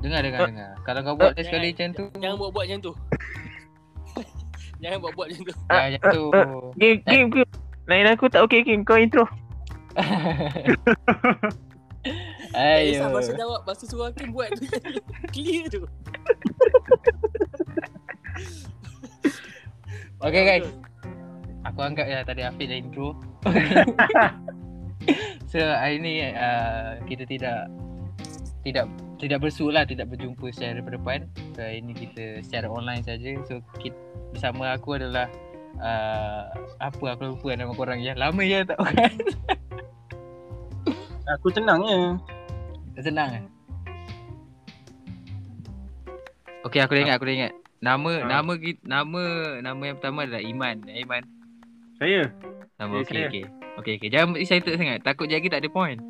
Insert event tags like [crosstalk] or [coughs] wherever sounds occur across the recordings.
Dengar dengar dengar. Kalau kau buat dia sekali macam tu, Jangan buat-buat macam tu. [laughs] Jangan buat-buat macam tu. dah ah, macam tu. Game, game, game. Lain aku tak okey, game. Kau intro. Tak kisah Ayo. bahasa jawab, bahasa suruh Hakim buat tu. [laughs] Clear tu. Okay guys, Aku anggap ya tadi Afiq dah [laughs] intro. so hari ni uh, kita tidak tidak tidak bersu lah, tidak berjumpa secara berdepan. So hari ni kita secara online saja. So kita, bersama aku adalah uh, apa aku lupa nama korang ya. Lama ya tak orang. [laughs] Aku tenang je. Senang eh. Okay aku dah ingat, aku dah ingat. Nama Ha. nama ki- nama nama yang pertama adalah Iman. Eh, Iman. Saya. Nama Ya, okey saya. okey. Okey okey. Jangan excited sangat. Takut jadi tak ada point.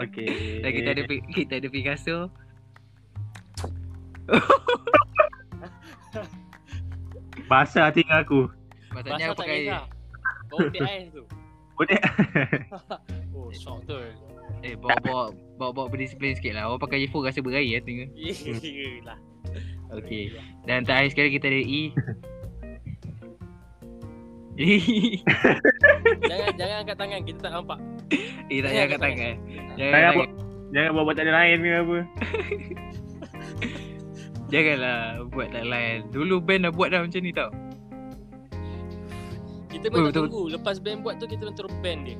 Okey. Dah kita ada pi- kita ada Picasso. Basah tinggal aku. Maksudnya Bahasa aku tak pakai kisah. Bawa BI tu. Bodek. [laughs] Oh, shock tu. eh bawa-bawa bawa-bawa berdisiplin sikit lah. Orang pakai iPhone rasa beraya lah tengok. [laughs] Yelah. Okey. Dan terakhir sekali kita ada E. [laughs] E Jangan jangan angkat tangan, kita tak nampak. eh, tak jangan angkat tangan. Jangan Saya angkat buat- tangan. Jangan buat-buat tak ada lain ke apa. Janganlah buat tak lain. Dulu band dah buat dah macam ni tau. Kita pun Oh, tak betul. tunggu. Lepas band buat tu kita pun terus band [laughs] dia.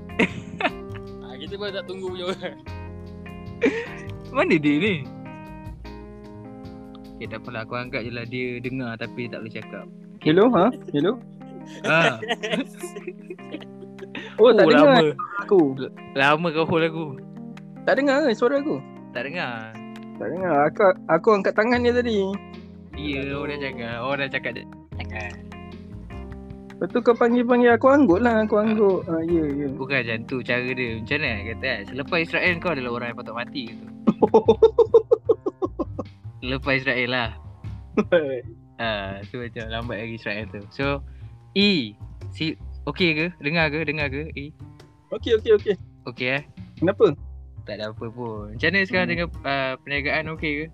ha, kita pun tak tunggu punya orang. Mana dia ni? Okay, tak apalah. Aku anggap je lah dia dengar tapi tak boleh cakap. Hello, ha? Hello. Ha, Oh, tak Oh, dengar lama. aku. Lama kau hold aku. Tak dengar ke suara aku? Tak dengar. Tak dengar. Aku aku angkat tangan dia tadi. Dia orang dah cakap. Orang dah cakap. Lepas tu kau panggil-panggil aku anggut lah. Aku anggut. Ah, ya, [laughs] ya. Bukan macam tu cara dia. Macam mana nak kata kan? Selepas Israel kau adalah orang yang patut mati gitu. Selepas Israel lah. Ha, so macam lambat lagi Israel tu. So E si okey ke? Dengar ke? Dengar ke? E. Okey, okey, okey. Okey eh. Kenapa? Tak ada apa pun. Macam mana sekarang Hmm. dengan uh, perniagaan okey ke?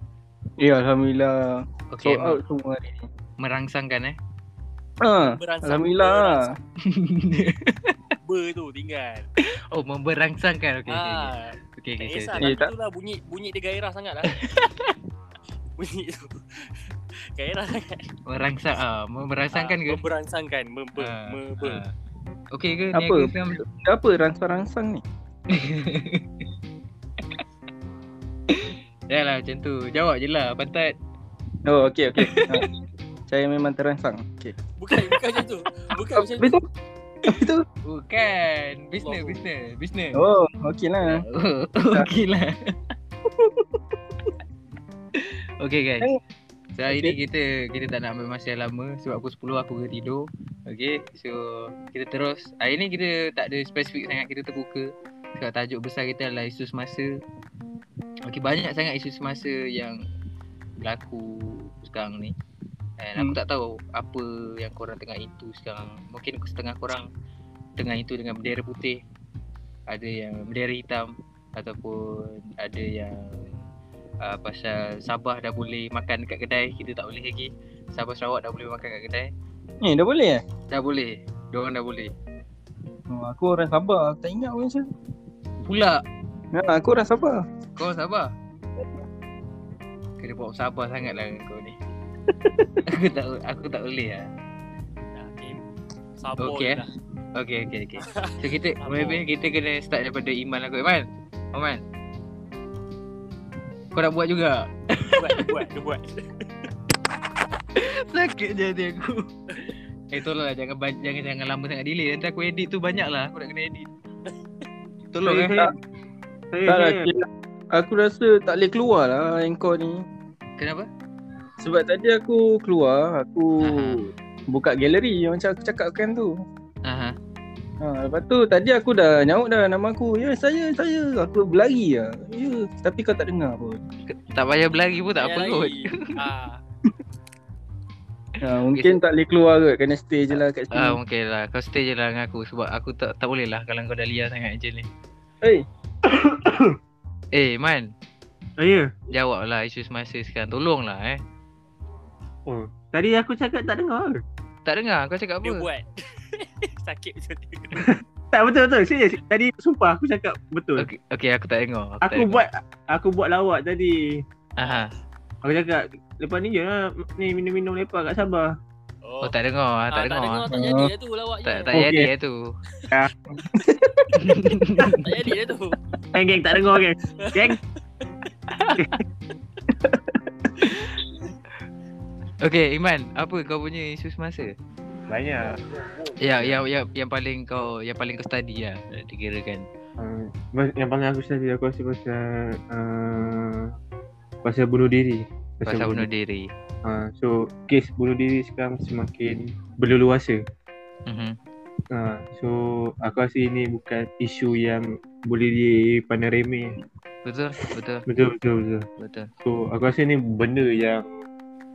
Ya, Alhamdulillah. Okey. Sold out semua hari ni. merangsangkan eh. Ha. Berangsang. Alhamdulillah. berangsang. Ber tu [laughs] tinggal. oh, memberangsangkan. Okey. okey, Ha, Okey. tak Okey. okey, kisah okey. Eh, lagu tak- tu lah bunyi bunyi dia gairah [laughs] sangat lah. bunyi tu. gairah sangat. Merangsang ah, memberangsangkan Ah, ke? Memberangsangkan, member, Ha, member. ha. Okey ke? Apa? Niaga sekarang Apa rangsang-rangsang ni? Dah lah macam tu Jawab je lah Pantat Oh, okey, [laughs] okey. Ha. Saya memang terangsang. Okey. Bukan bukan macam tu. Bukan Habis macam tu? Habis tu? Bukan Business Allah. Business Business oh. Oh, okey lah. [laughs] Okey lah Okay guys So hari ni kita Kita tak nak ambil masa yang lama Sebab pukul 10 aku kena tidur Okay So Kita terus Hari ni kita tak ada spesifik sangat Kita terbuka Sebab tajuk besar kita adalah isu semasa Okay banyak sangat isu semasa yang Berlaku sekarang ni And aku Hmm. tak tahu apa yang korang tengah itu sekarang Mungkin setengah korang tengah itu dengan bendera putih Ada yang bendera hitam Ataupun ada yang uh, Pasal Sabah dah boleh makan dekat kedai Kita tak boleh lagi Sabah Sarawak dah boleh makan kat kedai Eh, dah boleh eh? Dah boleh Diorang dah boleh Oh, aku orang Sabah. Aku tak ingat pun macam Pula Ha, aku orang Sabah. Kau orang Sabah Kena buat sabar sangat lah kau ni [laughs] Aku tak aku tak boleh lah Okay. Sabar lah. Okey, okay, eh. Okay okay okay So kita Maybe kita kena start daripada Iman lah kot Iman Iman Kau nak buat juga Buat, dia buat, dia buat. Sakit jadi aku Eh [laughs] tolonglah jangan ban- jangan jangan lama sangat delay Nanti aku edit tu banyak lah Aku nak kena edit Tolong eh tak, tak lah, kira- Aku rasa tak boleh keluar lah engkau ni. Kenapa? Sebab tadi aku keluar, aku Aha. buka galeri macam aku cakapkan tu. Aha. Ha, lepas tu tadi aku dah nyaut dah nama aku. Ya, saya, saya. Aku berlari lah. Ya, tapi kau tak dengar pun. Tak payah berlari pun tak Jangan apa kot lagi. Ah, Ha, mungkin tak boleh keluar kot. Kena stay je lah Ah kat sini. Um, mungkin lah kau stay je lah dengan aku sebab aku tak tak boleh lah kalau kau dah liar sangat macam ni. hey, [coughs] Eh Man, Oh ya. Jawablah isu semasa sekarang. Tolonglah eh. Oh. Tadi aku cakap tak dengar. ke? Tak dengar kau cakap Dia apa? buat [laughs] Sakit macam tu Tak betul betul. Serius. Tadi sumpah aku cakap betul. Okey, okay, aku tak dengar. tak dengar. Aku buat aku buat lawak tadi. Aha. Aku cakap lepas ni je lah ni minum-minum lepak kat Sabah. Oh, tak dengar, ah, tak dengar. ah. Tak jadi lah tu lawak Tak tak Okey. jadi eh tu. Ah. tak jadi lah tu Eh geng tak dengar geng. Geng. Okey, Iman, apa kau punya isu semasa? Banyak. Ya, yang yang yang paling kau yang paling kau study lah dikirakan. Uh, yang paling aku tadi aku rasa pasal uh, pasal bunuh diri. Pasal bunuh diri. Uh, so kes bunuh diri sekarang semakin berleluasa. Mhm. Uh, so aku rasa ini bukan isu yang boleh dipandang remeh. Betul, betul, Betul betul betul. betul. So aku rasa ni benda yang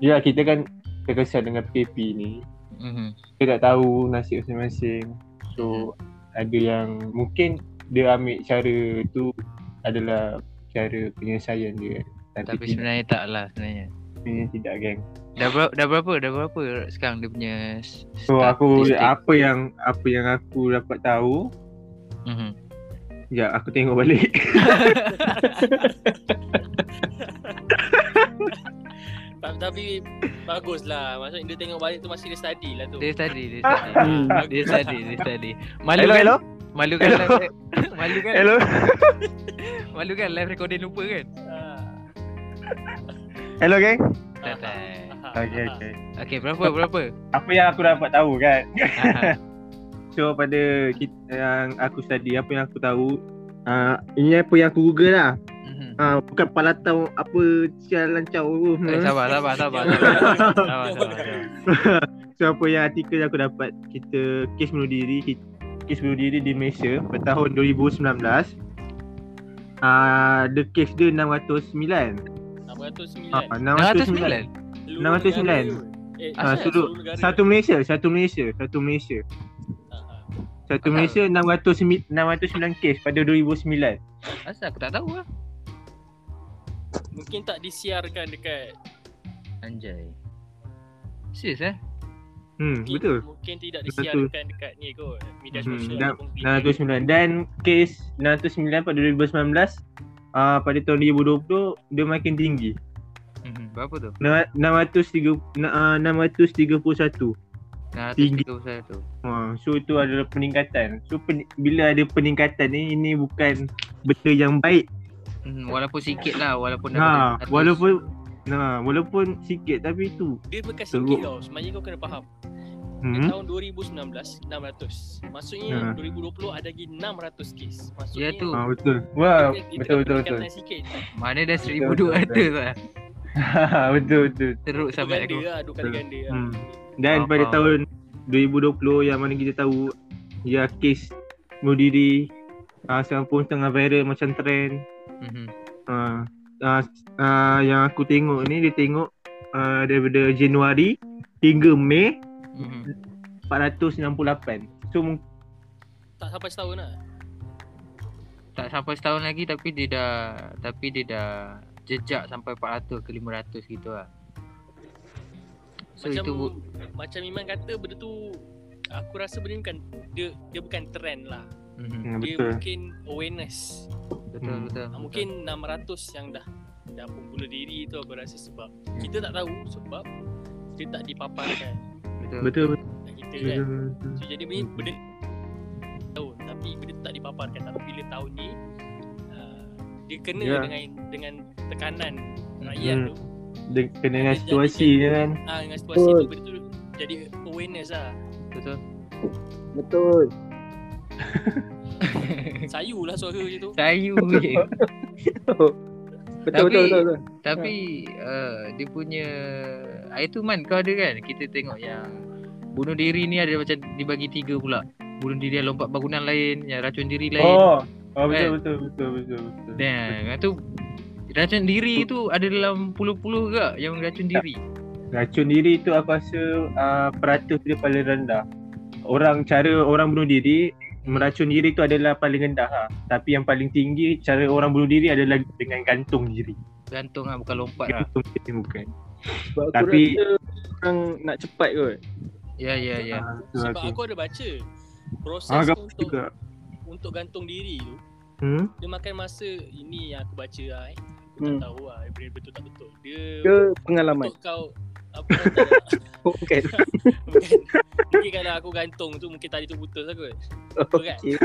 ya kita kan terkesan dengan PAP ni. Mhm. Kita tak tahu nasib masing-masing. So ada yang mungkin dia ambil cara tu adalah cara penyelesaian dia. Tapi, Tapi Tapi sebenarnya tak lah sebenarnya. sebenarnya tidak geng. Dah berapa dah berapa dah berapa sekarang dia punya s- So aku statistik? apa yang apa yang aku dapat tahu Mhm. Sekejap, aku tengok balik. Ta- Tapi Bagus lah Maksudnya dia tengok balik tu Masih dia study lah tu Dia study, dia study. Hmm. dia study, dia study. Malu Hello, kan? hello. Malu kan? Hello. live- [laughs] Malu kan? Hello. Malu kan live recording lupa kan? Ah, Hello geng. Tak tak. ha, Okey okey. Okey, berapa berapa? Ah. Apa yang aku dapat tahu kan? Aha. So pada kita, yang aku study, apa yang aku tahu Uh, ini apa yang aku google lah Mhm. uh, Bukan palatau apa sial lancau tu Eh, hmm. sabar, sabar, [laughs] sabar, sabar. Sabar, sabar, sabar. So apa yang artikel yang aku dapat Kita kes bunuh diri ki- Kes bunuh diri di Malaysia pada tahun 2019 uh, The case dia 609 uh, 609 609 609. Seluruh 609. negara tu. Eh, Ah, asal seluruh- negara. Satu Malaysia, satu Malaysia, satu Malaysia Ah, ah. Satu Ah. Malaysia 609 609 kes pada 2009 Asal aku tak tahu lah. Mungkin tak disiarkan dekat Anjay. Serius eh? Hmm, mungkin, betul. Mungkin tidak Betul. disiarkan dekat ni kot Media Mhm, sosial dan- ataupun TV. 609 dan kes 609 pada 2019 uh, pada tahun 2020 dia makin tinggi. Mhm. Berapa tu? Na- 630 na- uh, 631. 631. Ha, so itu adalah peningkatan. So pen- bila ada peningkatan ni ini bukan benda yang baik. Hmm, walaupun sikit lah walaupun Ha, dapat 100. walaupun Nah, walaupun sikit tapi itu. Dia bukan Teruk. sikit tau Sebenarnya kau kena faham Hmm. Tahun 2019 600 Maksudnya Ha. 2020 ada lagi 600 kes Maksudnya ya tu Ha, betul. Wah, betul betul [laughs] betul. Kita sikit mana dah Betul, 1200 lah Ha, betul betul. teruk Dua sampai ganda aku lah Dua kali ganda lah Hmm. Dan Faham, pada faham. tahun 2020 yang mana kita tahu ya kes bunuh diri uh, sekarang pun tengah viral macam trend. Mhm. Uh, uh, uh, yang aku tengok ni dia tengok uh, daripada Januari hingga Mei Mhm. 468. So mung- Tak sampai setahun lah tak sampai setahun lagi tapi dia dah tapi dia dah jejak sampai 400 ke 500 gitu lah so macam, itu bu- Macam Iman kata Benda tu Aku rasa benda ni bukan Dia dia bukan trend lah Mhm. hmm, Dia betul. mungkin awareness betul Hmm. betul Ah, Mungkin 600 yang dah Dah pun bunuh diri tu aku rasa sebab Kita tak tahu sebab Kita tak dipaparkan betul, betul. Betul betul. Dan kita kan betul, betul. Hmm. So, jadi benda, benda tahun tapi benda tu tak dipaparkan tapi bila tahun ni uh, dia kena Ya. yeah. dengan dengan tekanan rakyat Hmm. tu De- kena dengan Dia situasi jadi- je kan. ah dengan situasi tu benda tu jadi awareness [laughs] lah betul. Betul. sayu lah suara je tu sayu je [laughs] Betul Tapi- betul betul. betul. Tapi uh, dia punya air tu man kau ada kan kita tengok yang bunuh diri ni ada macam dibagi tiga pula. Bunuh diri yang lompat bangunan lain, yang racun diri lain. Oh, oh Kan? betul, betul betul betul betul. Dan lepas tu racun diri tu ada dalam puluh-puluh ke yang racun diri. Racun diri tu aku rasa uh, peratus dia paling rendah. Orang cara orang bunuh diri meracun ha. diri tu adalah paling rendah lah. Tapi yang paling tinggi cara orang bunuh diri adalah dengan gantung diri. Gantung lah bukan lompat lah. Itu mungkin bukan. Sebab aku Tapi- rasa orang nak cepat kot. Ya ya ya. Ah, tu Sebab aku. aku ada baca proses Ah, kau ah, untuk juga. untuk gantung diri tu Hmm? dia makan masa ini yang aku baca lah eh. Aku Hmm. tak tahu lah dia betul tak betul. Dia Ke pengalaman. untuk kau apa tak nak- Oh, bukan. [laughs] bukan. Mungkin kalau aku gantung tu mungkin tadi tu putus lah kot. Bukan. [laughs] Okey.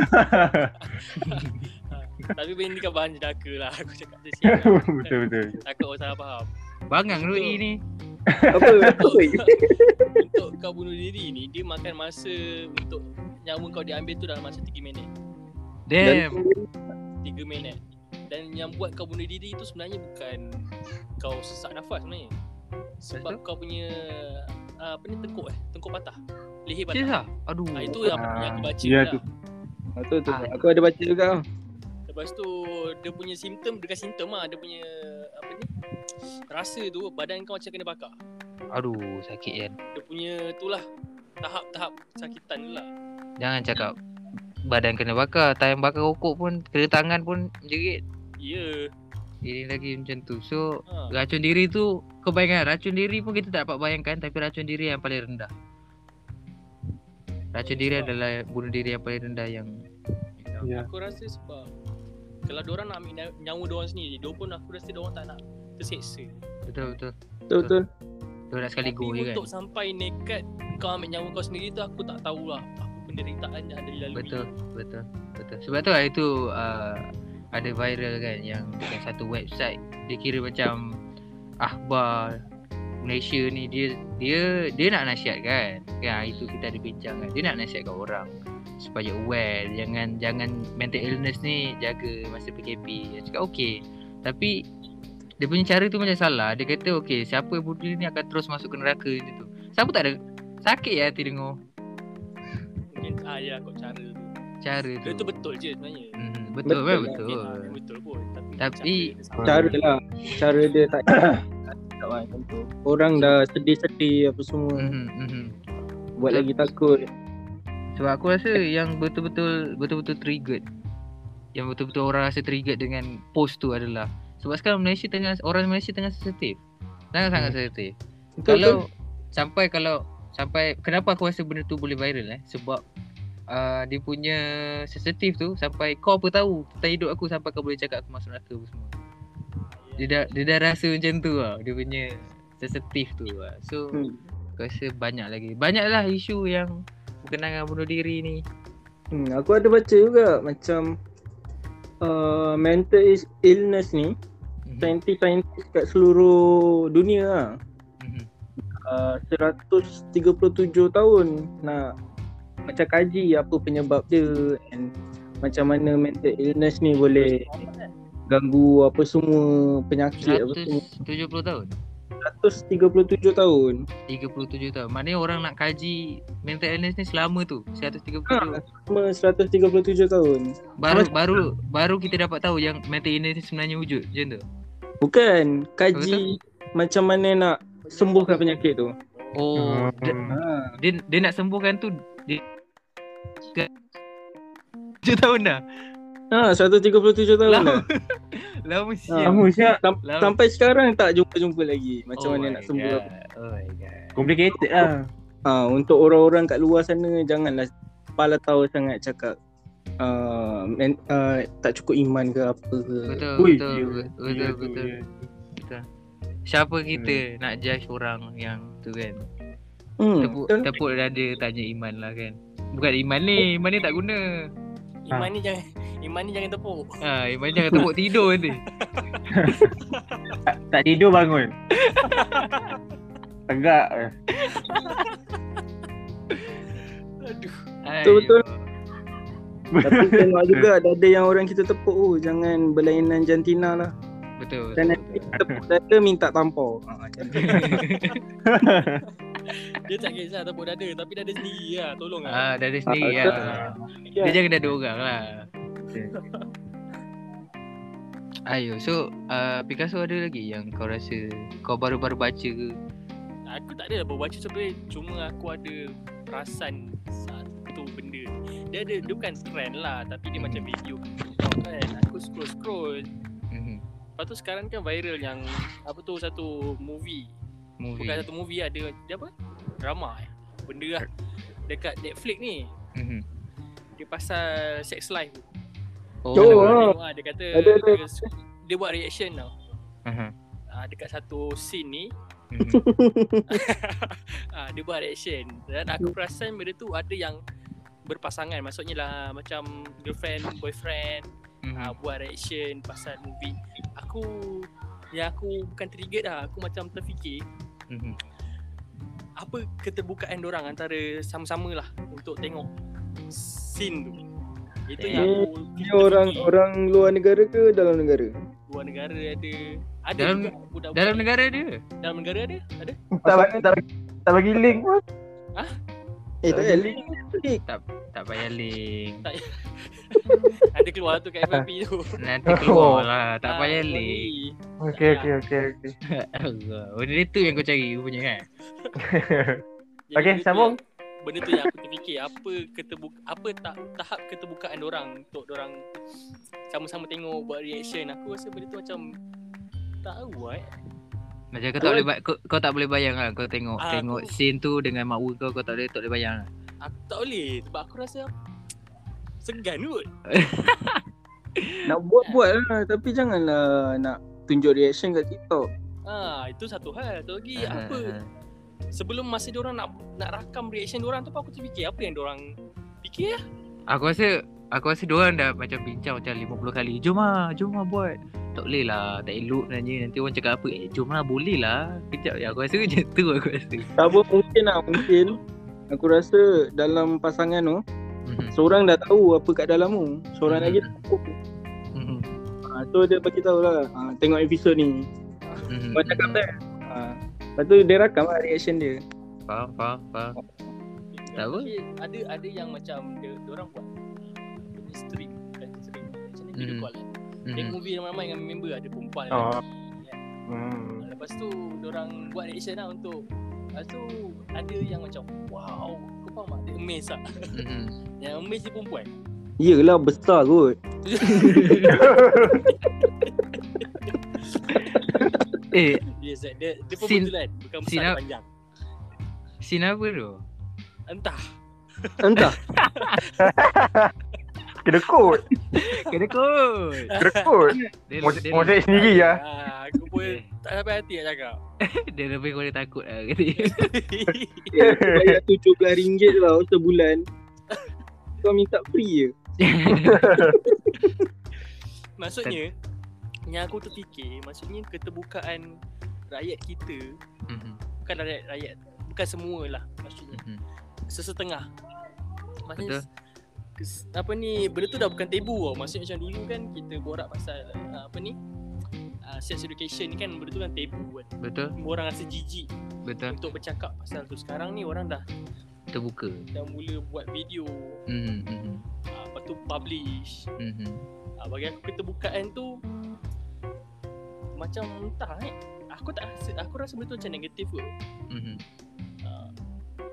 Tapi benda ni kan bahan jedaka lah aku cakap tu siap. lah. [laughs] betul betul. Takut orang salah [laughs] faham. Bangang Rui ni. [laughs] Apa? Apa? Untuk kau bunuh diri ni dia makan masa untuk nyawa kau diambil tu dalam masa 3 minit. Damn. 3 minit. eh. Dan yang buat kau bunuh diri tu sebenarnya bukan kau sesak nafas sebenarnya. Sebab kau punya ah, apa ni tengkuk eh, tengkuk patah. Leher Serius patah. lah. Aduh. Ha, itu yang, Ah, yang aku baca ya lah. tu. Betul tu. Aku ada baca juga. tau. Lepas tu dia punya simptom dekat simptom lah dia punya apa ni rasa tu badan kau macam kena bakar. Aduh sakit kan. Dia punya tu lah tahap-tahap sakitan tu lah. Jangan cakap badan kena bakar, tangan bakar rokok pun kena tangan pun jerit. Ya. Ini lagi macam tu. So Ha. racun diri tu kau bayangkan racun diri pun kita tak dapat bayangkan tapi racun diri yang paling rendah. Racun diri adalah bunuh diri yang paling rendah yang Ya. Aku rasa sebab kalau diorang nak ambil nyawa- nyawa diorang sendiri, dia pun aku rasa diorang tak nak terseksa. betul betul. Betul betul. Tu nak sekali go Tapi je kan. untuk sampai nekat kau ambil nyawa kau sendiri tu aku tak tahu lah apa penderitaan yang ada dilalui. Betul, betul, betul. Sebab tu hari tu uh, ada viral kan yang yang satu website dia kira macam akhbar Malaysia ni dia dia dia nak nasihat kan. Kan hari tu kita ada bincang kan. Dia nak nasihat kat orang supaya aware jangan jangan mental illness ni jaga masa PKP. Dia cakap okey. Tapi dia punya cara tu macam salah. Dia kata okey, siapa yang bunuh diri ni akan terus masuk ke neraka macam tu. Siapa tak ada sakit ya hati dengar Mungkin ah ya kau cara tu. cara Dia tu. tu betul je sebenarnya. Hmm, betul, Betul betul, lah, betul. Mungkin, ah, dia betul pun tapi, Tapi- cara dia salah. Cara lah. Cara dia tak tak macam tu. Orang dah sedih-sedih apa semua. Mhm, mhm. Buat lagi takut. Sebab aku rasa yang betul-betul betul-betul triggered yang betul-betul orang rasa triggered dengan post tu adalah sebab sekarang Malaysia tengah orang Malaysia tengah sensitif. Sangat-sangat sensitif. Mm-hmm. Betul kalau sampai kalau sampai kenapa aku rasa benda tu boleh viral eh sebab uh, dia punya sensitif tu sampai kau apa tahu tentang hidup aku sampai kau boleh cakap aku masuk neraka apa semua. Dia dah dia dah rasa macam tu lah dia punya sensitif tu lah. So Hmm. Aku rasa banyak lagi. Banyaklah isu yang berkenaan dengan bunuh diri ni. Hmm, aku ada baca juga macam uh, mental is- illness ni Mhm, saintis-saintis kat seluruh dunia lah. mhm. Uh, 137 tahun nak macam kaji apa penyebab dia and macam mana mental illness ni boleh ganggu apa semua penyakit apa semua 170 tahun. 137 tahun 37 tahun. Maknanya orang nak kaji mental illness ni selama tu. 137. ha, sama 137 tahun Baru Terus- baru baru kita dapat tahu yang mental illness ni sebenarnya wujud. Macam tu. bukan kaji macam mana nak sembuhkan penyakit tu Oh, dia, Hmm. ha. dia, dia nak sembuhkan tu dia 7 tahun dah. Ha, 137 Lama. [laughs] tahun dah. Ha. Lama Ah, siap. Kamu siap Sam- Lama. Sampai sekarang tak jumpa-jumpa lagi Oh macam mana my nak sembuh. God. apa. Oh my god. complicated lah. Ha, untuk orang-orang kat luar sana janganlah kepala tahu sangat cakap uh, men, uh, tak cukup iman ke apa ke. Betul Ui, betul dia- betul dia betul. tu, ya. betul. dia tu. Siapa kita nak judge orang yang tu kan Hmm, Tepuk, betul. tepuk dada tanya iman lah kan Bukan iman ni, iman ni tak guna Iman ni jangan Iman ni jangan tepuk. [laughs] ha, Iman jangan tepuk tidur nanti Tak tidur bangun. Tegak. eh. Aduh. Ayo. Betul, Tapi tengok juga dada yang orang kita tepuk oh, jangan berlainan jantina lah. Betul betul, Dan nanti betul. tepuk dada minta tampau. Ha, macam tu. Dia tak kisah tepuk dada tapi dada sendiri lah. Tolong lah. Ah, dada sendiri Ah, lah Dia jangan dada orang lah Ayo, so uh, Picasso ada lagi yang kau rasa Kau baru-baru baca ke Aku tak ada lah berbaca sebenarnya cuma aku ada perasan satu benda. Dia ada Hmm. dia bukan trend lah tapi dia macam video. Kan aku scroll scroll Mhm. Lepas tu sekarang kan viral yang apa tu satu movie. Movie. Bukan satu movie lah dia, dia apa? Drama eh. Benda lah dekat Netflix ni. Mhm. Dia pasal sex life. tu. Oh. Kalau Oh, korang ah. tengok ah, dia kata Ada, ada. Dia, su- dia buat reaction tau. Aha. Ah, dekat satu scene ni Mhm. ah, dia buat reaction dan aku perasan benda tu ada yang berpasangan maksudnya lah macam girlfriend boyfriend Mhm. ah, buat reaction pasal movie aku yang aku bukan triggered lah aku macam terfikir Mhm. apa keterbukaan orang antara sama-sama lah untuk tengok scene tu itu yang aku Eh, Dia orang orang luar negara ke dalam negara? luar negara ada ada Dalam- juga budak-budak Dalam negara dia. dalam negara ada ada Tak bagi, tak bagi, tak bagi link pun. Eh tak payah link eh, Tak payah link. ada keluar tu kat FFP tu Nanti keluar Oh. lah. [laughs] Tak Ah, payah sorry. link. [laughs] Okey, okey, okey, okey. [laughs] Allah. Benda dia tu yang kau cari kau punya kan? Jadi Okey, benda tu sambung. yang- Benda tu yang aku terfikir apa keterbuka apa tak tahap keterbukaan orang untuk orang sama-sama tengok buat reaction. Aku rasa benda tu macam tak tahu eh. Macam kau tak boleh ba- kau, kau tak boleh bayang lah kau tengok Ah, tengok aku- scene tu dengan mak kau kau tak boleh tak boleh bayang. lah. Aku Ah, tak boleh sebab aku rasa segan kot. Nak buat-buat lah Tapi janganlah Nak tunjuk reaction kat TikTok Ha, itu satu hal. Satu Ah, lagi Eh, apa ah, ah. sebelum masa dia orang nak nak rakam reaction dia orang tu pun aku terfikir apa yang dia orang fikir eh? Ah, Aku rasa Aku rasa diorang dah macam bincang macam 50 kali Jom lah, jom lah buat Tak boleh lah, tak elok sebenarnya Nanti orang cakap apa, eh jom lah boleh lah Kejap ya, aku rasa macam tu aku rasa [laughs] Tak apa mungkin lah Mungkin Aku rasa Dalam pasangan tu Mhm. Seorang dah tahu Apa kat dalam tu Seorang Hmm. lagi tak tahu Mhm. ha, So dia bagi tahu lah ha, Tengok episod ni Mhm. Kau cakap kan ha. Lepas tu dia rakam lah reaction dia Faham, faham, faham Tak apa. Fikir, Ada ada yang macam dia, dia orang buat benda stream kan stream macam ni video Mm. call lah. Tengok Mhm. movie ramai-ramai dengan member ada perempuan Oh. lelaki, kan. Hmm. Lepas tu orang buat reaction lah untuk Lepas tu ada yang macam Wow Kau faham tak? Dia amazed lah Mhm. Yang amazed dia perempuan [laughs] Yelah besar kot Eh, Dia Zat Dia, dia pun Sin- betulan Bukan besar Sin dia up. panjang scene apa tu? Entah Entah [laughs] Kena kod, Kena kot kena kod. Dia, Mojek dia, mojek sendiri lah. ah, Aku pun tak sampai hati nak cakap dia lebih kurang takut lah kata [laughs] dia. [laughs] Eh, Bayar RM17 lah sebulan Kau minta free je Hmm, Maksudnya Yang aku terfikir Maksudnya keterbukaan Rakyat kita Mhm. Bukan rakyat, rakyat Bukan semualah Maksudnya Mhm. sesetengah. Maksudnya kes- apa ni benda tu dah bukan tabu tau. Maksudnya macam dulu kan kita borak pasal uh, apa ni? Uh, sex education ni kan benda tu kan tabu kan. Betul, Semua Orang rasa jijik betul untuk bercakap pasal tu. Sekarang ni orang dah Terbuka dah mula buat video, Mhm, mhm, uh, lepas tu publish. mhm. Uh, bagi aku keterbukaan tu macam entah eh. Aku tak rasa aku rasa benda tu macam negatif kot. Mhm. Uh,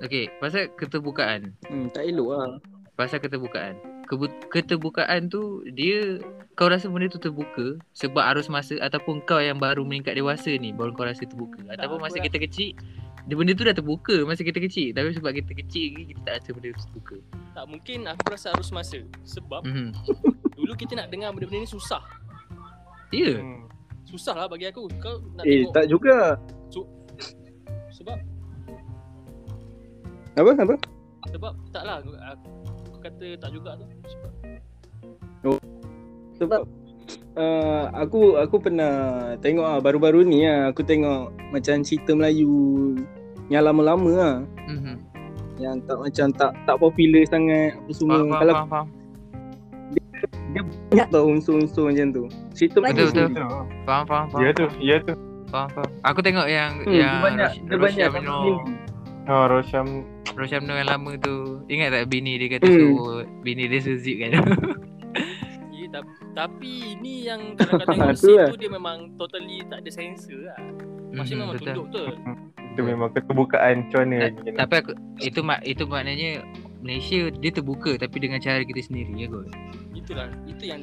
Okay, pasal keterbukaan hmm, Tak elok lah Pasal keterbukaan Kebu- Keterbukaan tu Dia Kau rasa benda tu terbuka Sebab arus masa Ataupun kau yang baru meningkat dewasa ni Baru kau rasa terbuka Ataupun aku masa rasa- kita kecil dia benda tu dah terbuka masa kita kecil Tapi sebab kita kecil lagi Kita tak rasa benda tu terbuka tak mungkin aku rasa harus masa sebab mm-hmm. dulu kita nak dengar benda-benda ni susah. Ya yeah. Hmm. Susah lah bagi aku Kau nak Eh tengok tak juga Sebab Apa? Apa? Sebab tak lah aku, aku kata tak juga tu Sebab Sebab uh, aku aku pernah tengok ah baru-baru ni ah aku tengok macam cerita Melayu yang lama-lama ah mm-hmm. yang tak macam tak tak popular sangat apa semua Faham, faham, kalau faham, faham banyak tau unsur-unsur macam tu cerita Betul, Melayu betul. sendiri. Faham, faham, faham Ya tu, ya tu. Faham, faham Aku tengok yang Hmm, yang dia banyak Rosh- dia banyak Rosyamno Oh, Rosham. Rosyamno yang lama tu Ingat tak bini dia kata Hmm. suruh Bini dia suruh zip kan [laughs] yeah, tapi, tapi ni yang kalau [laughs] kau tengok Tu scene lah. tu dia memang totally tak ada sensor lah Mhm, Maksudnya memang betul. tunduk tu Itu memang keterbukaan macam mana. Tak apa aku, itu mak itu maknanya Malaysia dia terbuka tapi dengan cara kita sendiri ya kot. Itulah Itu yang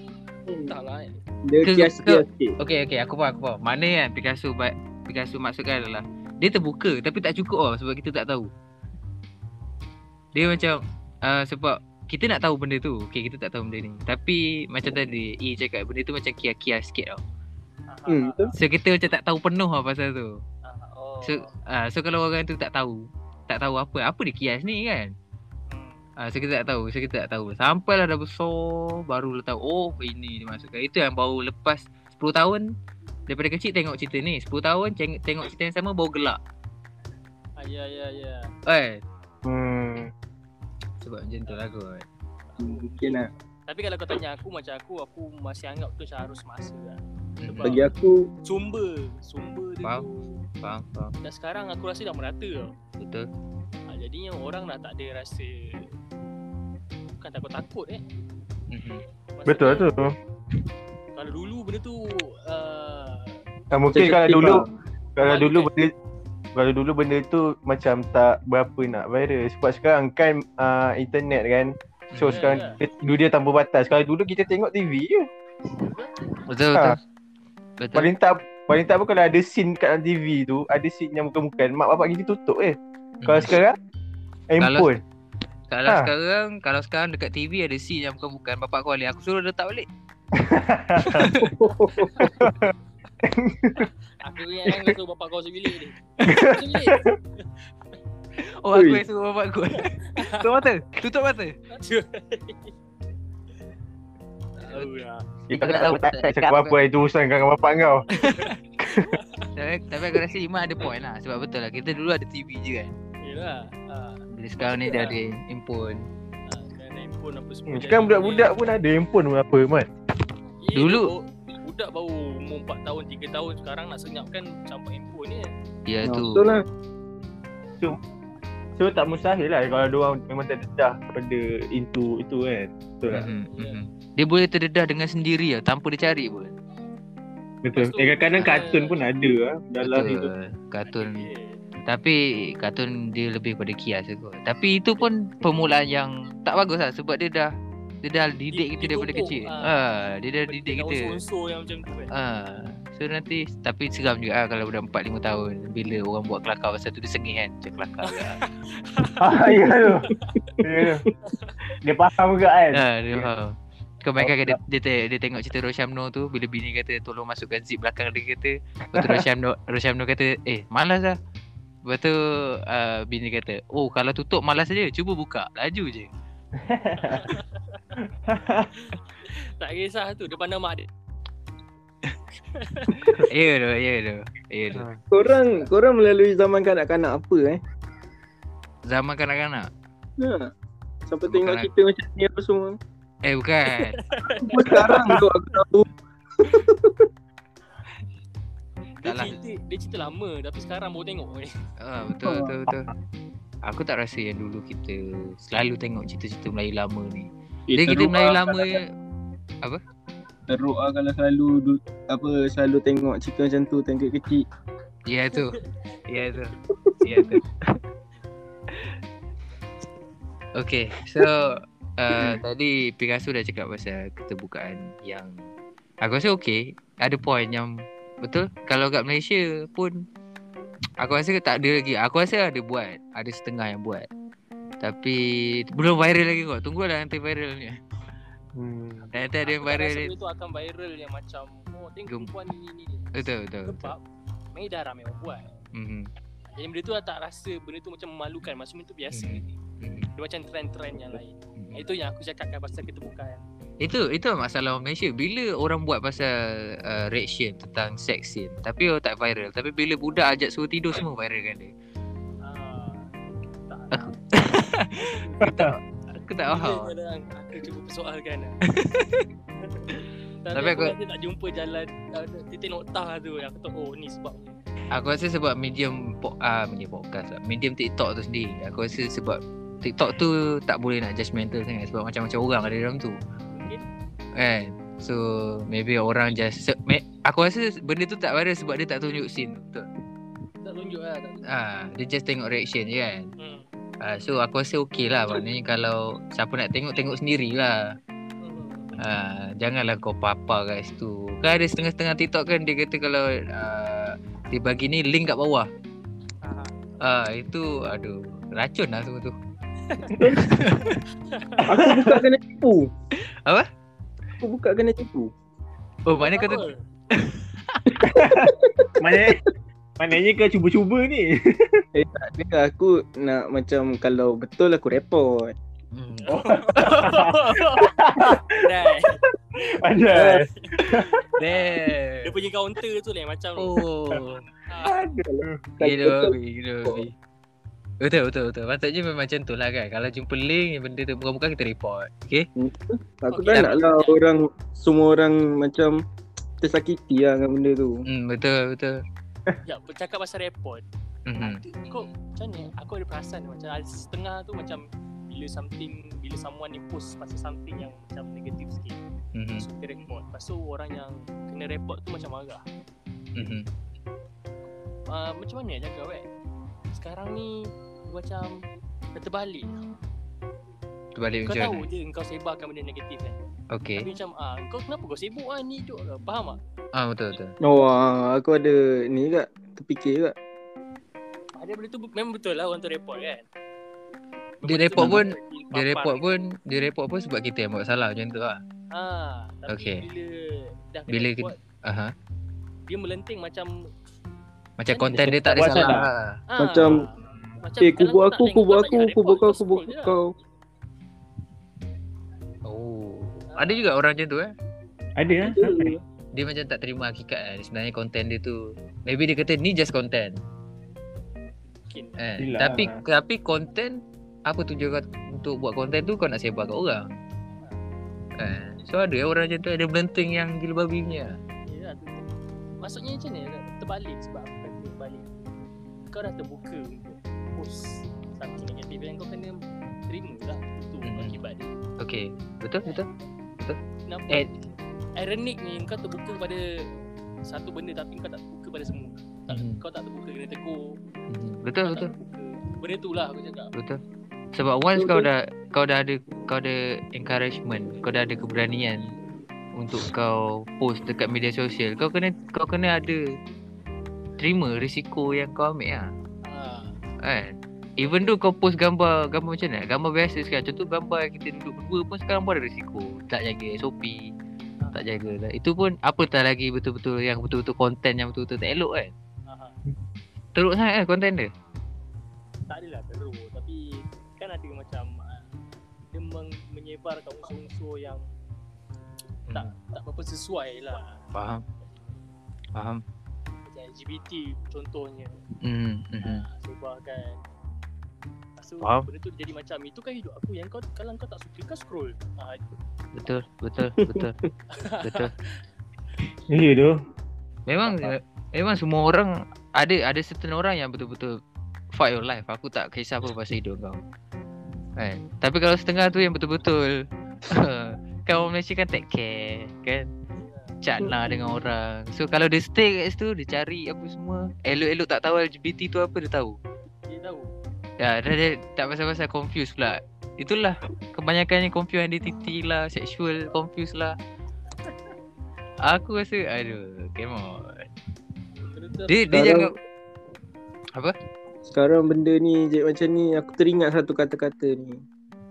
Hmm. Entahlah kan. Dia Ke- kias-kias sikit. Okay okay aku faham aku faham Mana kan Picasso ba- Picasso maksudkan adalah Dia terbuka tapi tak cukup lah sebab kita tak tahu Dia macam uh, sebab kita nak tahu benda tu Okay kita tak tahu benda ni Tapi macam tadi E cakap benda tu macam kia-kia sikit tau Hmm, betul. So kita macam tak tahu penuh lah pasal tu Ah, ah, oh. So, uh, so kalau orang tu tak tahu Tak tahu apa Apa dia kias ni kan Hmm. Ah, so kita tak tahu, so kita tak tahu. Sampailah dah besar baru tahu oh ini dia masukkan. Itu yang baru lepas 10 tahun daripada kecil tengok cerita ni. 10 tahun tengok, tengok cerita yang sama baru gelak. Ah, ya ya ya. Eh, Hmm. sebab macam tu lah kot. Hmm, Mungkin lah. Tapi kalau kau tanya aku macam aku aku masih anggap tu macam harus masa lah. Hmm, Bagi aku, Sumber, sumber dia Faham. tu. Faham, faham. Dan sekarang aku rasa dah merata tau. Betul. Ha, jadinya orang dah tak ada rasa bukan takut-takut eh. Mm-mm. Maksudnya, Betul lah tu. Kalau dulu benda tu uh, Ah, mungkin Sensitif kalau dulu lah. kalau Malu dulu kan? benda kalau dulu benda tu macam tak berapa nak viral sebab sekarang kan uh, internet kan. So Ya, sekarang ya. kita- dunia tanpa batas. Kalau dulu kita tengok TV je. Mm-hmm. Betul, betul. Ah. Betul. Paling tak paling tak pun kalau ada scene kat dalam TV tu, ada scene yang bukan-bukan, mak bapak kita tutup eh. Mm. Kalau sekarang handphone. kalau Ah. sekarang, kalau sekarang dekat TV ada scene yang bukan-bukan bapak kau balik. Aku suruh letak balik. aku ingat kan kau bapak kau sebilik ni. Sebilik. Oh, aku Ui. yang suruh bapak aku. [laughs] Tutup mata. Tutup mata. [laughs] Tahu lah. Kau Kita tak tak tahu tahu tak tak- tak tak- cakap apa itu urusan kau dengan bapak kau. Tapi, tapi aku rasa Ima ada point lah. Sebab betul lah. Kita dulu ada TV je kan. Yelah. Ha, Bila sekarang ni dah ada handphone. ha, dan handphone apa semua. Hmm, sekarang jadi- budak-budak pun ada handphone pun apa mat. Eh, Dulu- baru- Budak baru umur 4 tahun, 3 tahun sekarang nak senyapkan campur handphone ni. Ya ah, tu. betul lah. So tak mustahil lah kalau dia orang memang terdedah pada into itu kan. Betul lah. Mm-mm, mm-mm. Mhm, Dia boleh terdedah dengan sendiri lah Tanpa dia cari pun Betul. Eh kadang-kadang kartun pun ada lah dalam itu. Betul Kartun Tapi Kartun dia lebih pada kias je kot Tapi itu pun Permulaan yang Tak bagus lah Sebab dia dah Dia dah didik kita daripada Ditumpuk, kecil ah. ha, Dia dah didik kita Unsur-unsur yang macam tu kan. [laughs] ha. So nanti Tapi seram juga lah Kalau budak 4-5 tahun Bila orang buat kelakar Pasal tu dia sengih kan Macam kelakar juga. [laughs] Ah, ya tu. Ya tu. Dia faham juga kan. Ya. ha, Dia faham kau mainkan dia, dia, te- dia tengok cerita Roshamno tu Bila bini kata tolong masukkan zip belakang dia kata Lepas tu Roshamno, Roshamno kata eh malas lah Lepas tu uh, bini kata oh kalau tutup malas saja cuba buka laju je Tak kisah tu, dia pandang mak dia. Ya tu, ya tu, ya Ah. tu Korang, korang melalui zaman kanak-kanak apa eh? Zaman kanak-kanak Ha. Sampai Zaman tengok kanak- cerita macam ni apa semua. Eh bukan Cuma sekarang tu aku tahu. Tak Dia lah. cerita, dia cerita lama tapi sekarang baru tengok ni. Ah, betul, betul, betul Aku tak rasa yang dulu kita selalu tengok cerita-cerita Melayu lama ni Dia kita Melayu lama ya Teruk lah kalau selalu du, apa selalu tengok cerita macam tu tengok kecil. Ya tu. Ya tu. Ya [laughs] tu. Okay, so uh, tadi Picasso dah cakap pasal keterbukaan yang aku rasa okay. Ada point yang betul. Kalau kat Malaysia pun aku rasa tak ada lagi. Aku rasa ada buat. Ada setengah yang buat. Tapi belum viral lagi kot. Tunggulah nanti viral ni. [laughs] Hmm. Nanti ada yang Aku tak viral. rasa ni. benda tu akan viral yang macam oh tengok Gem- perempuan ni ni ni. Betul, betul. betul. Sebab main dah ramai orang buat. Mhm. Jadi benda tu lah tak rasa benda tu macam memalukan. Masa benda tu biasa. Mhm. Dia macam trend-trend yang lain. Mhm. Itu yang aku cakapkan pasal keterbukaan. Itu itu masalah orang Malaysia. Bila orang buat pasal uh, reaction tentang sex scene tapi orang tak viral. Tapi bila budak ajak suruh tidur semua viral kan dia. Ah, tak. Aku- Aku tak aku tak Bila faham. kadang Aku cuba persoalkan [laughs] lah. Tapi, Tapi aku, aku- rasa tak jumpa jalan ah, titik noktah tu Aku tahu oh ni sebabnya Aku rasa sebab medium po- ah medium podcast lah. Medium TikTok tu sendiri. Aku rasa sebab TikTok tu tak boleh nak judgemental sangat sebab macam-macam orang ada dalam tu. Kan? So maybe orang just se- me- aku rasa benda tu tak viral sebab dia tak tunjuk scene tu. Betul. Tak tunjuk lah tak tunjuk. Ah, dia just tengok reaction je kan. Hmm. Uh, so aku rasa okey lah maknanya kalau siapa nak tengok tengok sendirilah. Hmm. uh, janganlah kau papa kat situ. Kan ada setengah-setengah TikTok kan dia kata kalau uh, dia bagi ni link kat bawah. Ah uh, itu aduh racun lah semua tu. Aku buka kena tipu. Apa? Aku buka kena tipu. Oh maknanya [laughs] kata Power. Mana Maknanya kau cuba-cuba ni. [laughs] Eh tak ada aku nak macam kalau betul aku report. hmm. [laughs] Right. Ada. Damn. Dia punya counter tu lah macam oh. Oh. Aduh. eh? Gila babi, gila babi. Betul, betul, betul. Patutnya memang macam tu lah kan. Kalau jumpa link, benda tu bukan-bukan kita report. Okay? Aku Okey, tak nak lah orang semua orang macam tersakiti lah dengan benda tu. Hmm, betul, betul. Sekejap, ya, bercakap pasal report Hmm. Mm-hmm. Kau macam ni, aku ada perasan macam ada setengah tu macam Bila something, bila someone ni post pasal something yang macam negatif sikit Mm-hmm. So kita report Lepas tu orang yang kena report tu macam marah Mm-hmm. uh, Macam mana nak cakap eh Sekarang ni macam dah terbalik Terbalik Kau macam Eh? tahu mana? je kau sebarkan benda negatif kan Okay. Tapi macam ah, kau kenapa kau sibuk ah ni duk lah Faham tak? Ah, betul, betul. Oh ah, aku ada ni kat terfikir kat. Ada benda Ah, tu memang betul lah orang tu report kan Dia Memang report betul pun- lah, Dia papar report pun, dia report pun sebab kita yang buat salah macam tu lah. Ah, tapi Okey. okay. bila dah kena Bila bila kena- buat, Aha. dia melenting macam Macam Kan konten dia tak ada buat salah. salah. lah. ah, Macam, macam Eh kadang kubur tak aku, tengok kubur pun aku, tak nak kubur report, kau, kau kubur scroll je. lah. kau. Oh. Ada juga orang macam tu eh. Ada eh? Apa [laughs] ni? Dia macam tak terima hakikat eh. Sebenarnya konten dia tu. Maybe dia kata ni just content. Mungkin. Eh, Yelah. tapi tapi konten apa tujuan kau untuk buat konten tu kau nak sebar kat orang. Eh, so ada eh orang macam tu ada belenting yang gila babi punya. Yelah, lah tu- tu. Maksudnya macam ni lah, terbalik sebab aku kata terbalik. Kau dah terbuka untuk post something negatif yang kau kena terima lah tu Mhm. akibat dia. Okey, betul betul. Kenapa? Eh. Ironic ni kau terbuka pada satu benda tapi kau tak terbuka pada semua. Tak, Mhm. Kau tak terbuka kena tegur. Betul Kau tak betul terbuka. Benda tu lah aku cakap. betul. Sebab once Betul, kau dah kau dah ada kau ada encouragement, kau dah ada keberanian untuk kau post dekat media sosial, kau kena kau kena ada terima risiko yang kau ambil lah. Ah. Kan Even though kau post gambar Gambar macam mana Gambar biasa sekarang Contoh gambar yang kita duduk berdua pun Sekarang pun ada risiko Tak jaga SOP Tak jaga lah Itu pun Apatah lagi betul-betul Yang betul-betul konten Yang betul-betul tak elok kan Aha. Teruk sangat kan konten dia tak adalah teruk tapi kan ada macam ah, dia meng- menyebarkan unsur-unsur yang Hmm. tak tak berapa sesuai lah Faham Faham macam LGBT contohnya mm, mm, ah, sebarkan lepas tu Faham. benda tu jadi macam itu kan hidup aku yang kau kalau kau tak suka kau scroll ah, Betul Betul Betul Betul Ya tu. Memang Memang semua orang Ada ada certain orang yang betul-betul Fight your life Aku tak kisah apa pasal hidup kau Kan Tapi kalau setengah tu yang betul-betul [laughs] Kan orang Malaysia kan take care Kan Cakna dengan orang So kalau dia stay kat situ Dia cari apa semua Elok-elok tak tahu LGBT tu apa Dia tahu dia tahu Ya dia, dia tak pasal-pasal confused pula Itulah Kebanyakannya confused identity lah Sexual confused lah Aku rasa Aduh Come on benda tu Dia, dia Sekarang- jangan Apa? Sekarang benda ni je macam ni aku teringat satu kata-kata ni.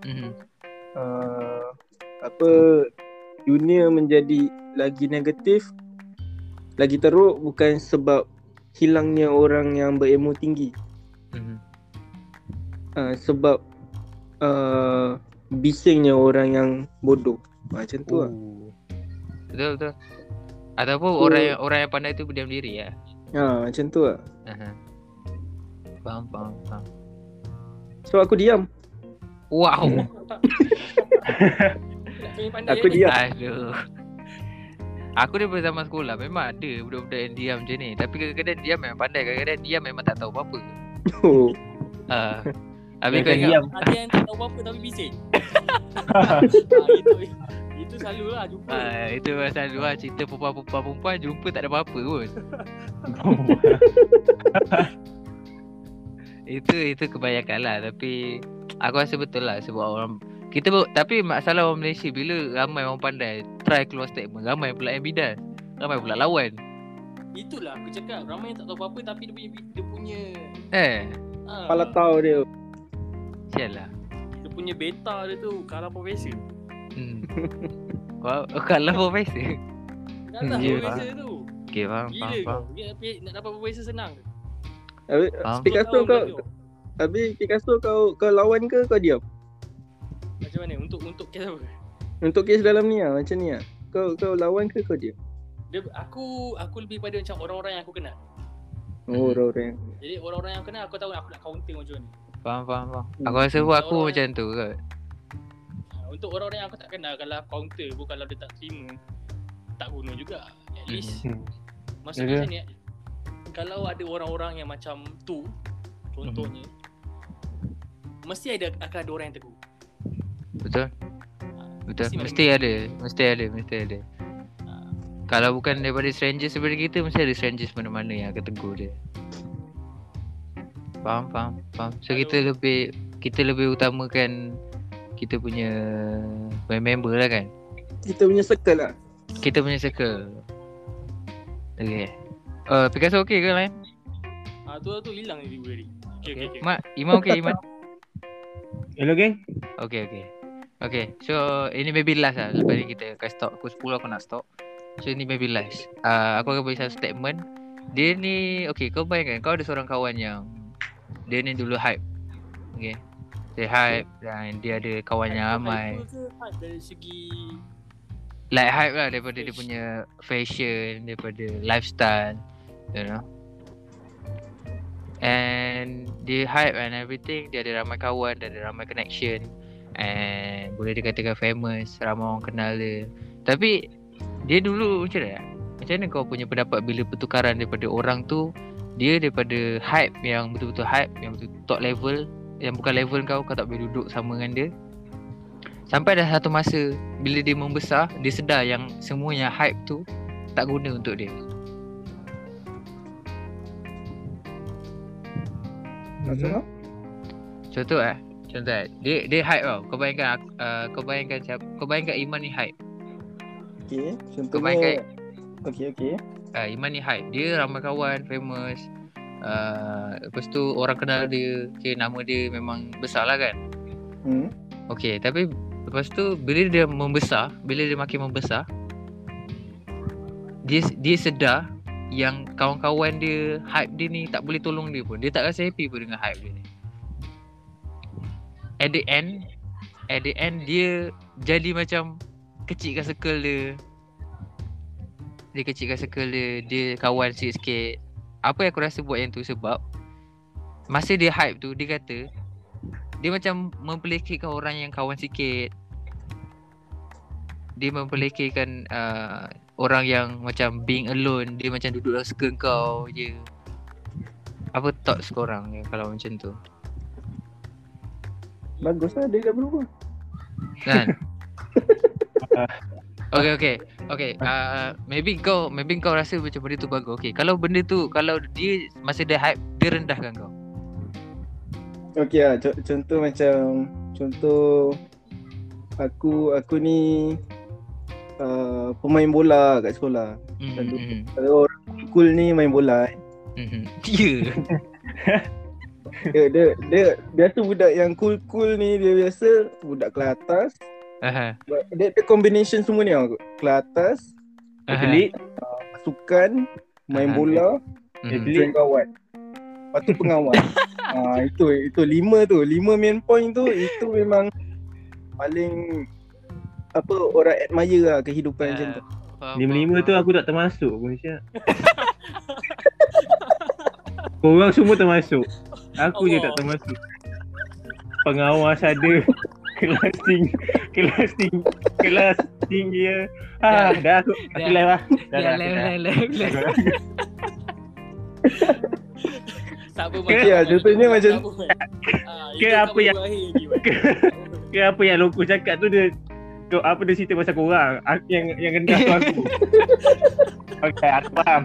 Mhm. uh, apa dunia menjadi lagi negatif lagi teruk bukan sebab hilangnya orang yang berilmu tinggi Mhm. uh, sebab uh, bisingnya orang yang bodoh macam tu lah Betul betul. Ataupun So- orang yang orang yang pandai tu berdiam diri ya. ha, macam tu lah Aha. Faham faham faham. so aku diam [laughs] Wow. [laughs] nak kena pandai aku eh. diam Aduh. Aku daripada zaman sekolah memang ada budak-budak yang diam macam ni. Tapi kadang-kadang diam memang pandai, kadang-kadang diam memang tak tahu apa-apa. oh, Ah. Habis Habis kau ingat diam. ada yang tak tahu apa tapi bising [laughs] ah, itu itu selalu lah jumpa Ah, itu pasal dua cerita perempuan-perempuan perempuan jumpa tak ada apa-apa pun. Itu itu kebanyakan lah tapi aku rasa betul lah sebab orang Kita ber- tapi masalah orang Malaysia bila ramai orang pandai try keluar statement, ramai pula yang bidas. Ramai pula lawan. Itulah aku cakap Ramai yang tak tahu apa-apa Tapi dia punya Dia punya Eh, ah, Kepala tahu dia sial lah. Dia punya beta dia tu Kalah profesor Hmm. Kau kalau profesor. Kalah Ya. profesor tu Okey, faham, Gila faham, kau faham. Dia- dia- Nak dapat profesor senang ke? Habis Faham. Kau Picasso tahu kau tak Habis Picasso kau kau lawan ke kau diam? Macam mana Untuk untuk kes apa Untuk kes dalam ni lah macam ni lah Kau kau lawan ke kau diam? dia, Aku Aku lebih pada macam Orang-orang yang aku kenal Oh orang-orang Jadi orang-orang yang aku kenal Aku tahu aku nak counter macam mana Faham, faham, faham. Hmm. Aku rasa pun aku Orang- macam tu kot. Ah, Untuk orang-orang yang aku tak kenal Kalau aku counter pun Kalau dia tak terima Tak guna juga At Hmm. least Hmm. Maksudnya Yalah. macam ni Kalau ada orang-orang yang macam tu Contohnya Hmm. Mesti ada akan ada orang yang tegur Betul? Betul. Mesti Mesti ada. ada, mesti ada, mesti ada. Ah. Kalau bukan daripada strangers daripada kita Mesti ada strangers mana-mana yang akan tegur dia Faham, faham, faham So Kalau- kita lebih Kita lebih utamakan Kita punya Member lah kan Kita punya circle lah Kita punya circle Okay uh, Picasso okay ke lain? Ah tu tu hilang ni dua hari. Okey okey okey. Mak, Iman okay Iman? [laughs] Hello geng. Okay, okay. Okay, so ini maybe last lah. Lepas ni kita akan stop. Pukul 10 aku nak stop. So ini maybe last. Uh, aku akan bagi satu statement. Dia ni, okay kau bayangkan kau ada seorang kawan yang dia ni dulu hype. Okay. Dia hype dan dia ada kawan yang ramai. Hyper ke ha, hard Dari segi Like hype lah daripada dia punya fashion, daripada lifestyle, you know. And dia hype and everything, dia ada ramai kawan, dia ada ramai connection and boleh dikatakan famous, ramai orang kenal dia. Tapi dia dulu macam mana? Macam mana kau punya pendapat bila pertukaran daripada orang tu dia daripada hype yang betul-betul hype, yang betul top level, yang bukan level kau, kau tak boleh duduk sama dengan dia. Sampai dah satu masa bila dia membesar, dia sedar yang semua yang hype tu tak guna untuk dia. Maksud kau? Contoh eh, contoh eh. Dia dia hype tau. Kau bayangkan aku- uh, kau bayangkan siapa? Kau bayangkan Iman ni hype. Okay Kebaikan. Contohnya Okay okay Uh, Iman ni hype. Dia ramai kawan, famous. Uh, lepas tu orang kenal dia, okay, nama dia memang besar lah kan. hmm. Okay, tapi lepas tu bila dia membesar, bila dia makin membesar, dia dia sedar yang kawan-kawan dia, hype dia ni tak boleh tolong dia pun. Dia tak rasa happy pun dengan hype dia ni. At the end, at the end dia jadi macam kecilkan circle dia. Dia kecilkan circle dia, dia kawan sikit-sikit. Apa yang aku rasa buat yang tu sebab masa dia hype tu dia kata dia macam memperlekehkan orang yang kawan sikit Dia memperlekehkan uh, orang yang macam being alone Dia macam duduk dalam circle kau je Apa thoughts korang ni kalau macam tu Bagus lah dia dah berubah [laughs] Kan? Uh, okay okay Okay uh, Maybe kau Maybe kau rasa macam benda tu bagus Okay kalau benda tu Kalau dia Masa dia hype Dia rendahkan kau Okay lah co- contoh macam Contoh Aku aku ni uh, Pemain bola kat sekolah Hmm, Mm-hmm. Kalau orang cool ni main bola eh. hmm. Mm-hmm. [laughs] Ya dia, dia, dia biasa budak yang cool-cool ni Dia biasa budak kelas atas Aha, Dia, dia combination semua ni tau Kelas atas, aha. Atlet. pasukan, main Aha. bola Mhm. Atlet. Join kawan Lepas tu pengawal ha, Itu itu lima tu Lima main point tu Itu memang Paling Apa Orang admire lah Ah, Kehidupan macam tu faham, Lima-lima faham, tu aku tak termasuk pun siap. [laughs] Korang semua termasuk. Aku je tak termasuk. Pengawas ada [laughs] kelas tinggi kelas tinggi kelas tinggi ya. Ah, dah aku aku Dah. live lah. faham. Dah dah. Dah, dah, aku dah, dah. dah, dah. Aku dah. tak [laughs] apa Ya, contohnya macam- Ha, Ke apa yang- [laughs] Ke apa yang loko cakap tu dia tu apa dia cerita pasal korang Aku- yang yang rendah tu [laughs] aku. Okey, aku faham.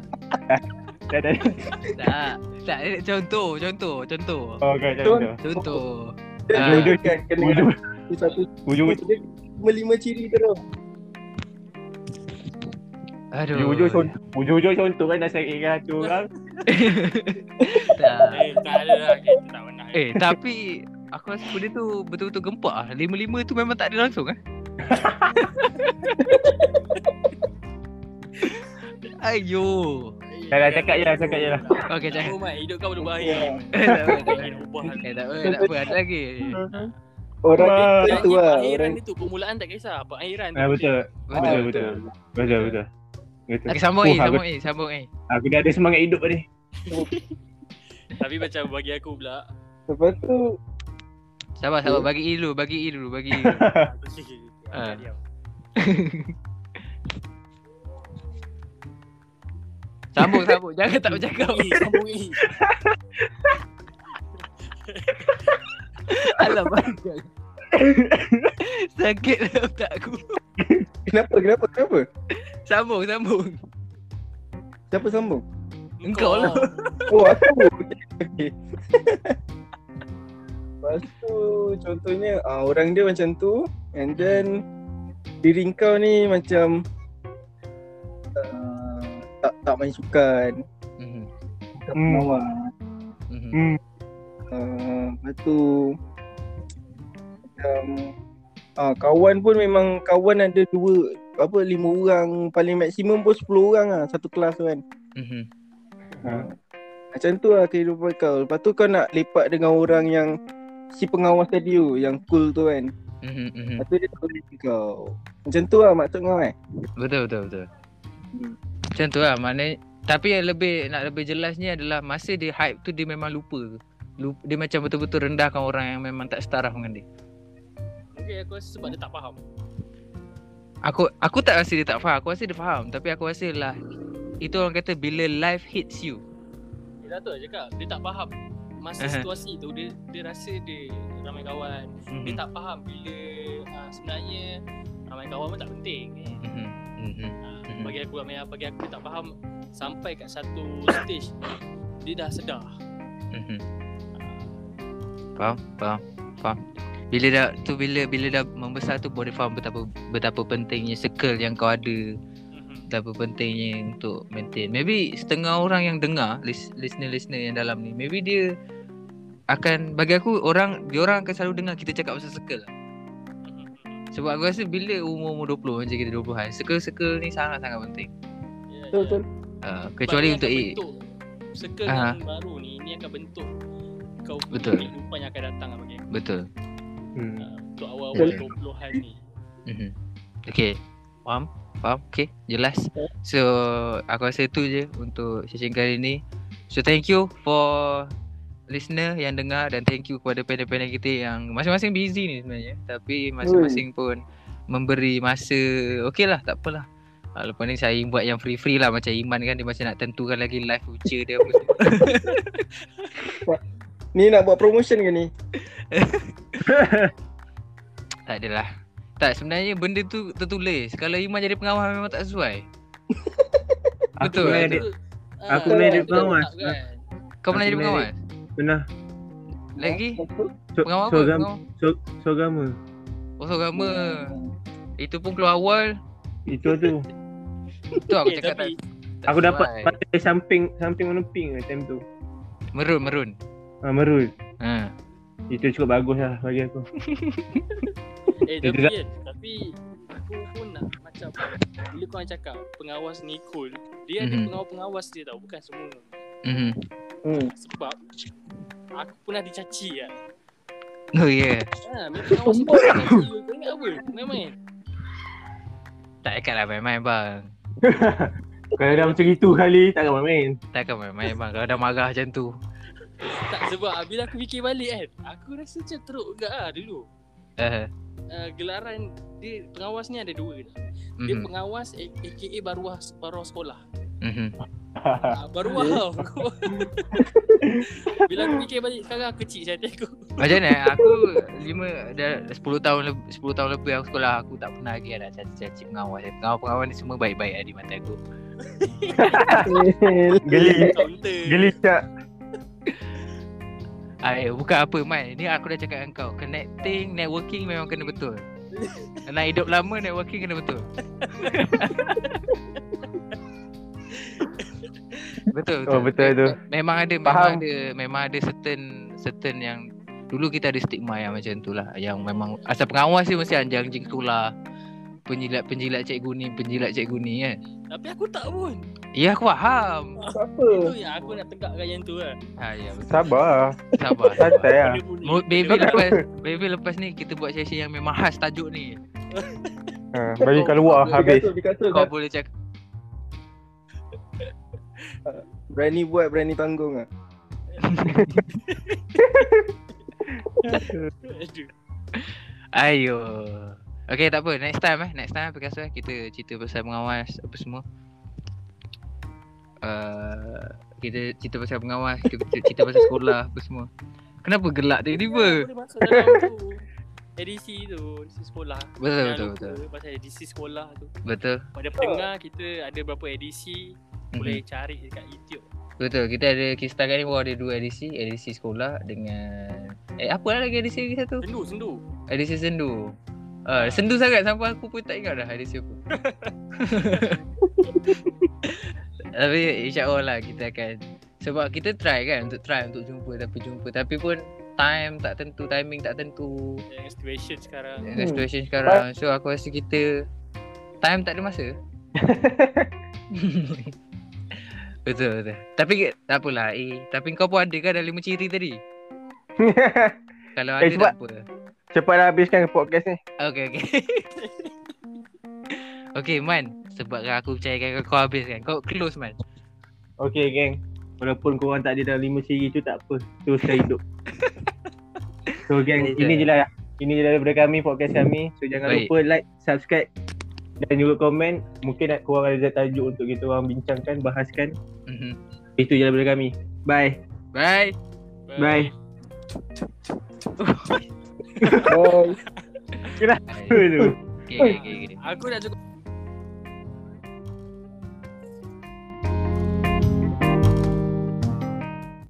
Dah dah. dah. Tak. Tak, Oh. eh, contoh, contoh, contoh. Okey, macam tu. Contoh. Dia Ah. duduk kan Kena Bodoh Itu satu Hujung dia lima ciri terus. Aduh. hujung contoh. Hujung-hujung contoh kan dah sakit kan tu orang. tak. Eh, tak ada lah. Kita tak pernah. Eh, tapi aku rasa benda tu betul-betul gempak ah. Lima-lima tu memang tak ada langsung ah. Ayo. Dah dah cakap je lah, cakap je lah. Okey, jangan. Oh, Mat, hidup kau Eh, berbahaya. [laughs] tak apa, tak apa. Jangan ubah. lah. Eh, tak apa, tak apa. Ada lagi. Orang Ah. Wah. dia tu lah. Orang Akhiran itu permulaan tak kisah. Apa akhiran tu. [laughs] Ah, betul. Betul, Betul, betul. Betul, betul. Betul. Okey, sambung eh, Oh, sambung eh, sambung eh. Aku dah ada semangat hidup ni. Tapi macam bagi aku pula. lepas tu Sabar, sabar. Bagi E dulu, bagi E dulu, bagi E dulu. Ah. Diam. Sambung, sambung. Jangan tak bercakap. Sambung, sambung, eh. Alamak. jangan. Sakit lah otak aku. kenapa kenapa kenapa? Sambung, sambung. Siapa sambung? Engkau lah. Oh aku. Okey. [laughs] Lepas tu contohnya ah, orang dia macam tu and then diri kau ni macam ah, tak tak main sukan, Mhm, tak Hmm. penawar. mhm. Hmm. Ah, lepas tu macam ah, kawan pun memang kawan ada dua apa lima orang paling maksimum pun 10 orang lah satu kelas tu kan. Mhm. Ha. Macam tu lah kehidupan kau Lepas tu kau nak lepak dengan orang yang Si pengawas tadi tu Yang cool tu kan Mhm, mhm. Lepas tu dia tak boleh dengan kau Macam tu lah maksud kau eh Betul betul betul. Hmm. Macam tu lah maknanya tapi yang lebih nak lebih jelasnya adalah masa dia hype tu dia memang lupa. lupa dia macam betul-betul rendahkan orang yang memang tak setaraf dengan dia. Mungkin aku rasa sebab dia tak faham. Aku aku tak rasa dia tak faham. Aku rasa dia faham tapi aku rasa lah itu orang kata bila life hits you. Yelah tu lah cakap. Dia tak faham. Masa Aha. situasi tu dia dia rasa dia ramai kawan. Dia Mhm. tak faham bila ah, sebenarnya ramai kawan pun tak penting. Eh. Mhm, mhm, Ah, Mhm. bagi aku ramai bagi aku dia tak faham sampai kat satu stage dia dah sedar. mhm. Faham? Faham? Faham? Bila dah tu bila bila dah membesar tu boleh faham betapa betapa pentingnya circle yang kau ada Mhm. betapa pentingnya untuk maintain. Maybe setengah orang yang dengar lis- listener-listener yang dalam ni, maybe dia akan bagi aku orang dia orang akan selalu dengar kita cakap pasal circle. lah. Sebab aku rasa bila umur-umur 20 macam kita 20-an, circle-circle ni sangat-sangat penting. Ya, ya. Betul betul Uh, Sebab kecuali dia untuk A. akan bentuk circle Aha. yang baru ni ini akan bentuk kau punya Betul. kehidupan yang akan datang lah bagi aku. Betul. Hmm. [laughs] Ah, untuk awal-awal Betul. 20-an ni. Mm-hmm. Okay. Faham? Faham? Okay. Jelas. So, aku rasa itu je untuk session kali ni. So, thank you for listener yang dengar dan thank you kepada panel-panel kita yang masing-masing busy ni sebenarnya. Tapi masing-masing pun memberi masa. Okay lah, tak apalah. Ah, Lepas ni saya buat yang free-free lah Macam Iman kan Dia macam nak tentukan lagi live future dia apa semua. Ni nak buat promotion ke ni? Tak adalah Tak sebenarnya benda tu tertulis Kalau Iman jadi pengawas memang tak sesuai Aku Betul, pernah betul. ada Ah, aku boleh betul ada pengawas. tak kan? Kau pernah Aku jadi menarik. pengawas? pernah Lagi? [laughs] so- Pengawas apa? seorang Pengawas? seorang Oh agama Ya. Itu pun keluar awal itu tu. Tu aku [laughs] Eh, cakap tapi [laughs] tak, tak Aku dapat sesuai. pantai samping samping warna pink lah time tu. Merun merun Ha, merun. ha. Itu cukup bagus lah bagi aku. Eh Dia tapi juga- kan Tapi Aku pun nak macam Bila korang cakap Pengawas ni cool Dia ada Mhm. pengawas-pengawas dia tau Bukan semua Mhm. mm-hmm. Hmm. Sebab Aku pernah dicaci kan Oh yeah Ha memang pengawas ni dicaci Kau ingat apa Main-main Tak akan lah main-main bang Kalau dah macam itu kali tak akan main. Tak akan main-main bang Kalau dah marah macam tu Tak sebab Bila aku fikir balik kan Aku rasa macam teruk juga lah dulu uh, uh, Gelaran Dia pengawas ni ada dua tau. Dia mm-hmm. pengawas A- AKA baruah baruah sekolah Mm-hmm. Ah, Baruah tau Kau- Bila aku fikir balik Sekarang aku kecil saya aku Macam mana eh, aku lima dah 10 tahun lebih 10 tahun lebih aku sekolah aku tak pernah lagi ada caci-caci pengawas. Pengawas-pengawas ni semua baik-baik lah di mata aku. Geli. Counter Geli tak. Ay, bukan apa Mai. Ni aku dah cakap dengan kau. Connecting, networking memang kena betul. Nak hidup lama networking kena betul. betul, betul. Oh, betul tu. Memang ada memang Faham. ada memang ada certain certain yang dulu kita ada stigma yang macam tu lah yang memang asal pengawas dia mesti anjing-anjing tu lah penjilat penjilat cikgu ni penjilat cikgu ni kan Tapi aku tak pun. ya aku faham [laughs] Apa? Itu yang aku nak tegakkan yang tu lah. ha ya betul Sabar. sabar, sabar. Santai lah. Benda bunyi. Mo- baby lepas baby lepas ni kita buat sesi yang memang khas tajuk ni Ha, bagi keluar habis. Dia kata, kau boleh cakap berani buat, berani tanggung lah. Aduh. ayo Okay tak apa next time eh next time Picasso eh kita cerita pasal pengawas apa semua uh, kita cerita pasal pengawas kita [laughs] cerita pasal sekolah apa semua kenapa gelak tiba-tiba Boleh masuk dalam tu. Edisi tu, edisi sekolah. betul Jangan betul lupa betul Pasal edisi sekolah tu. betul Pada pendengar kita ada berapa edisi Mhm. boleh cari dekat YouTube. Betul, kita ada Kistar ni baru Oh, ada dua edisi Edisi sekolah dengan Eh apa lah lagi edisi lagi satu? Sendu, sendu. Edisi sendu Ah, sendu sangat sampai aku pun tak ingat dah edisi apa [laughs] Tapi insyaAllah lah kita akan Sebab kita try kan untuk try untuk jumpa tapi jumpa Tapi pun time tak tentu, timing tak tentu Dengan situation sekarang. Dengan Hmm. situation sekarang So aku rasa kita Time tak ada masa Betul betul Tapi ke- tak apalah eh, Tapi kau pun ada kan dah lima ciri tadi Kalau ada tak Eh, cepat. apa [laughs] Cepatlah habiskan podcast ni. Okay okay [laughs] Okay Man Sebab aku percayakan kau, kau habis kan Kau close Man Okay geng. Walaupun korang tak ada dalam lima siri tu tak apa. Teruskan hidup. so geng, Betul. ini je lah. Ini je lah daripada kami, podcast kami. So jangan Baik. lupa like, subscribe dan juga komen. Mungkin nak korang ada tajuk untuk kita orang bincangkan, bahaskan. Mhm. Itu je lah daripada kami. Bye. Bye Bye. Bye. Bye. Hello. Okay okay okay, okay. Aku dah cukup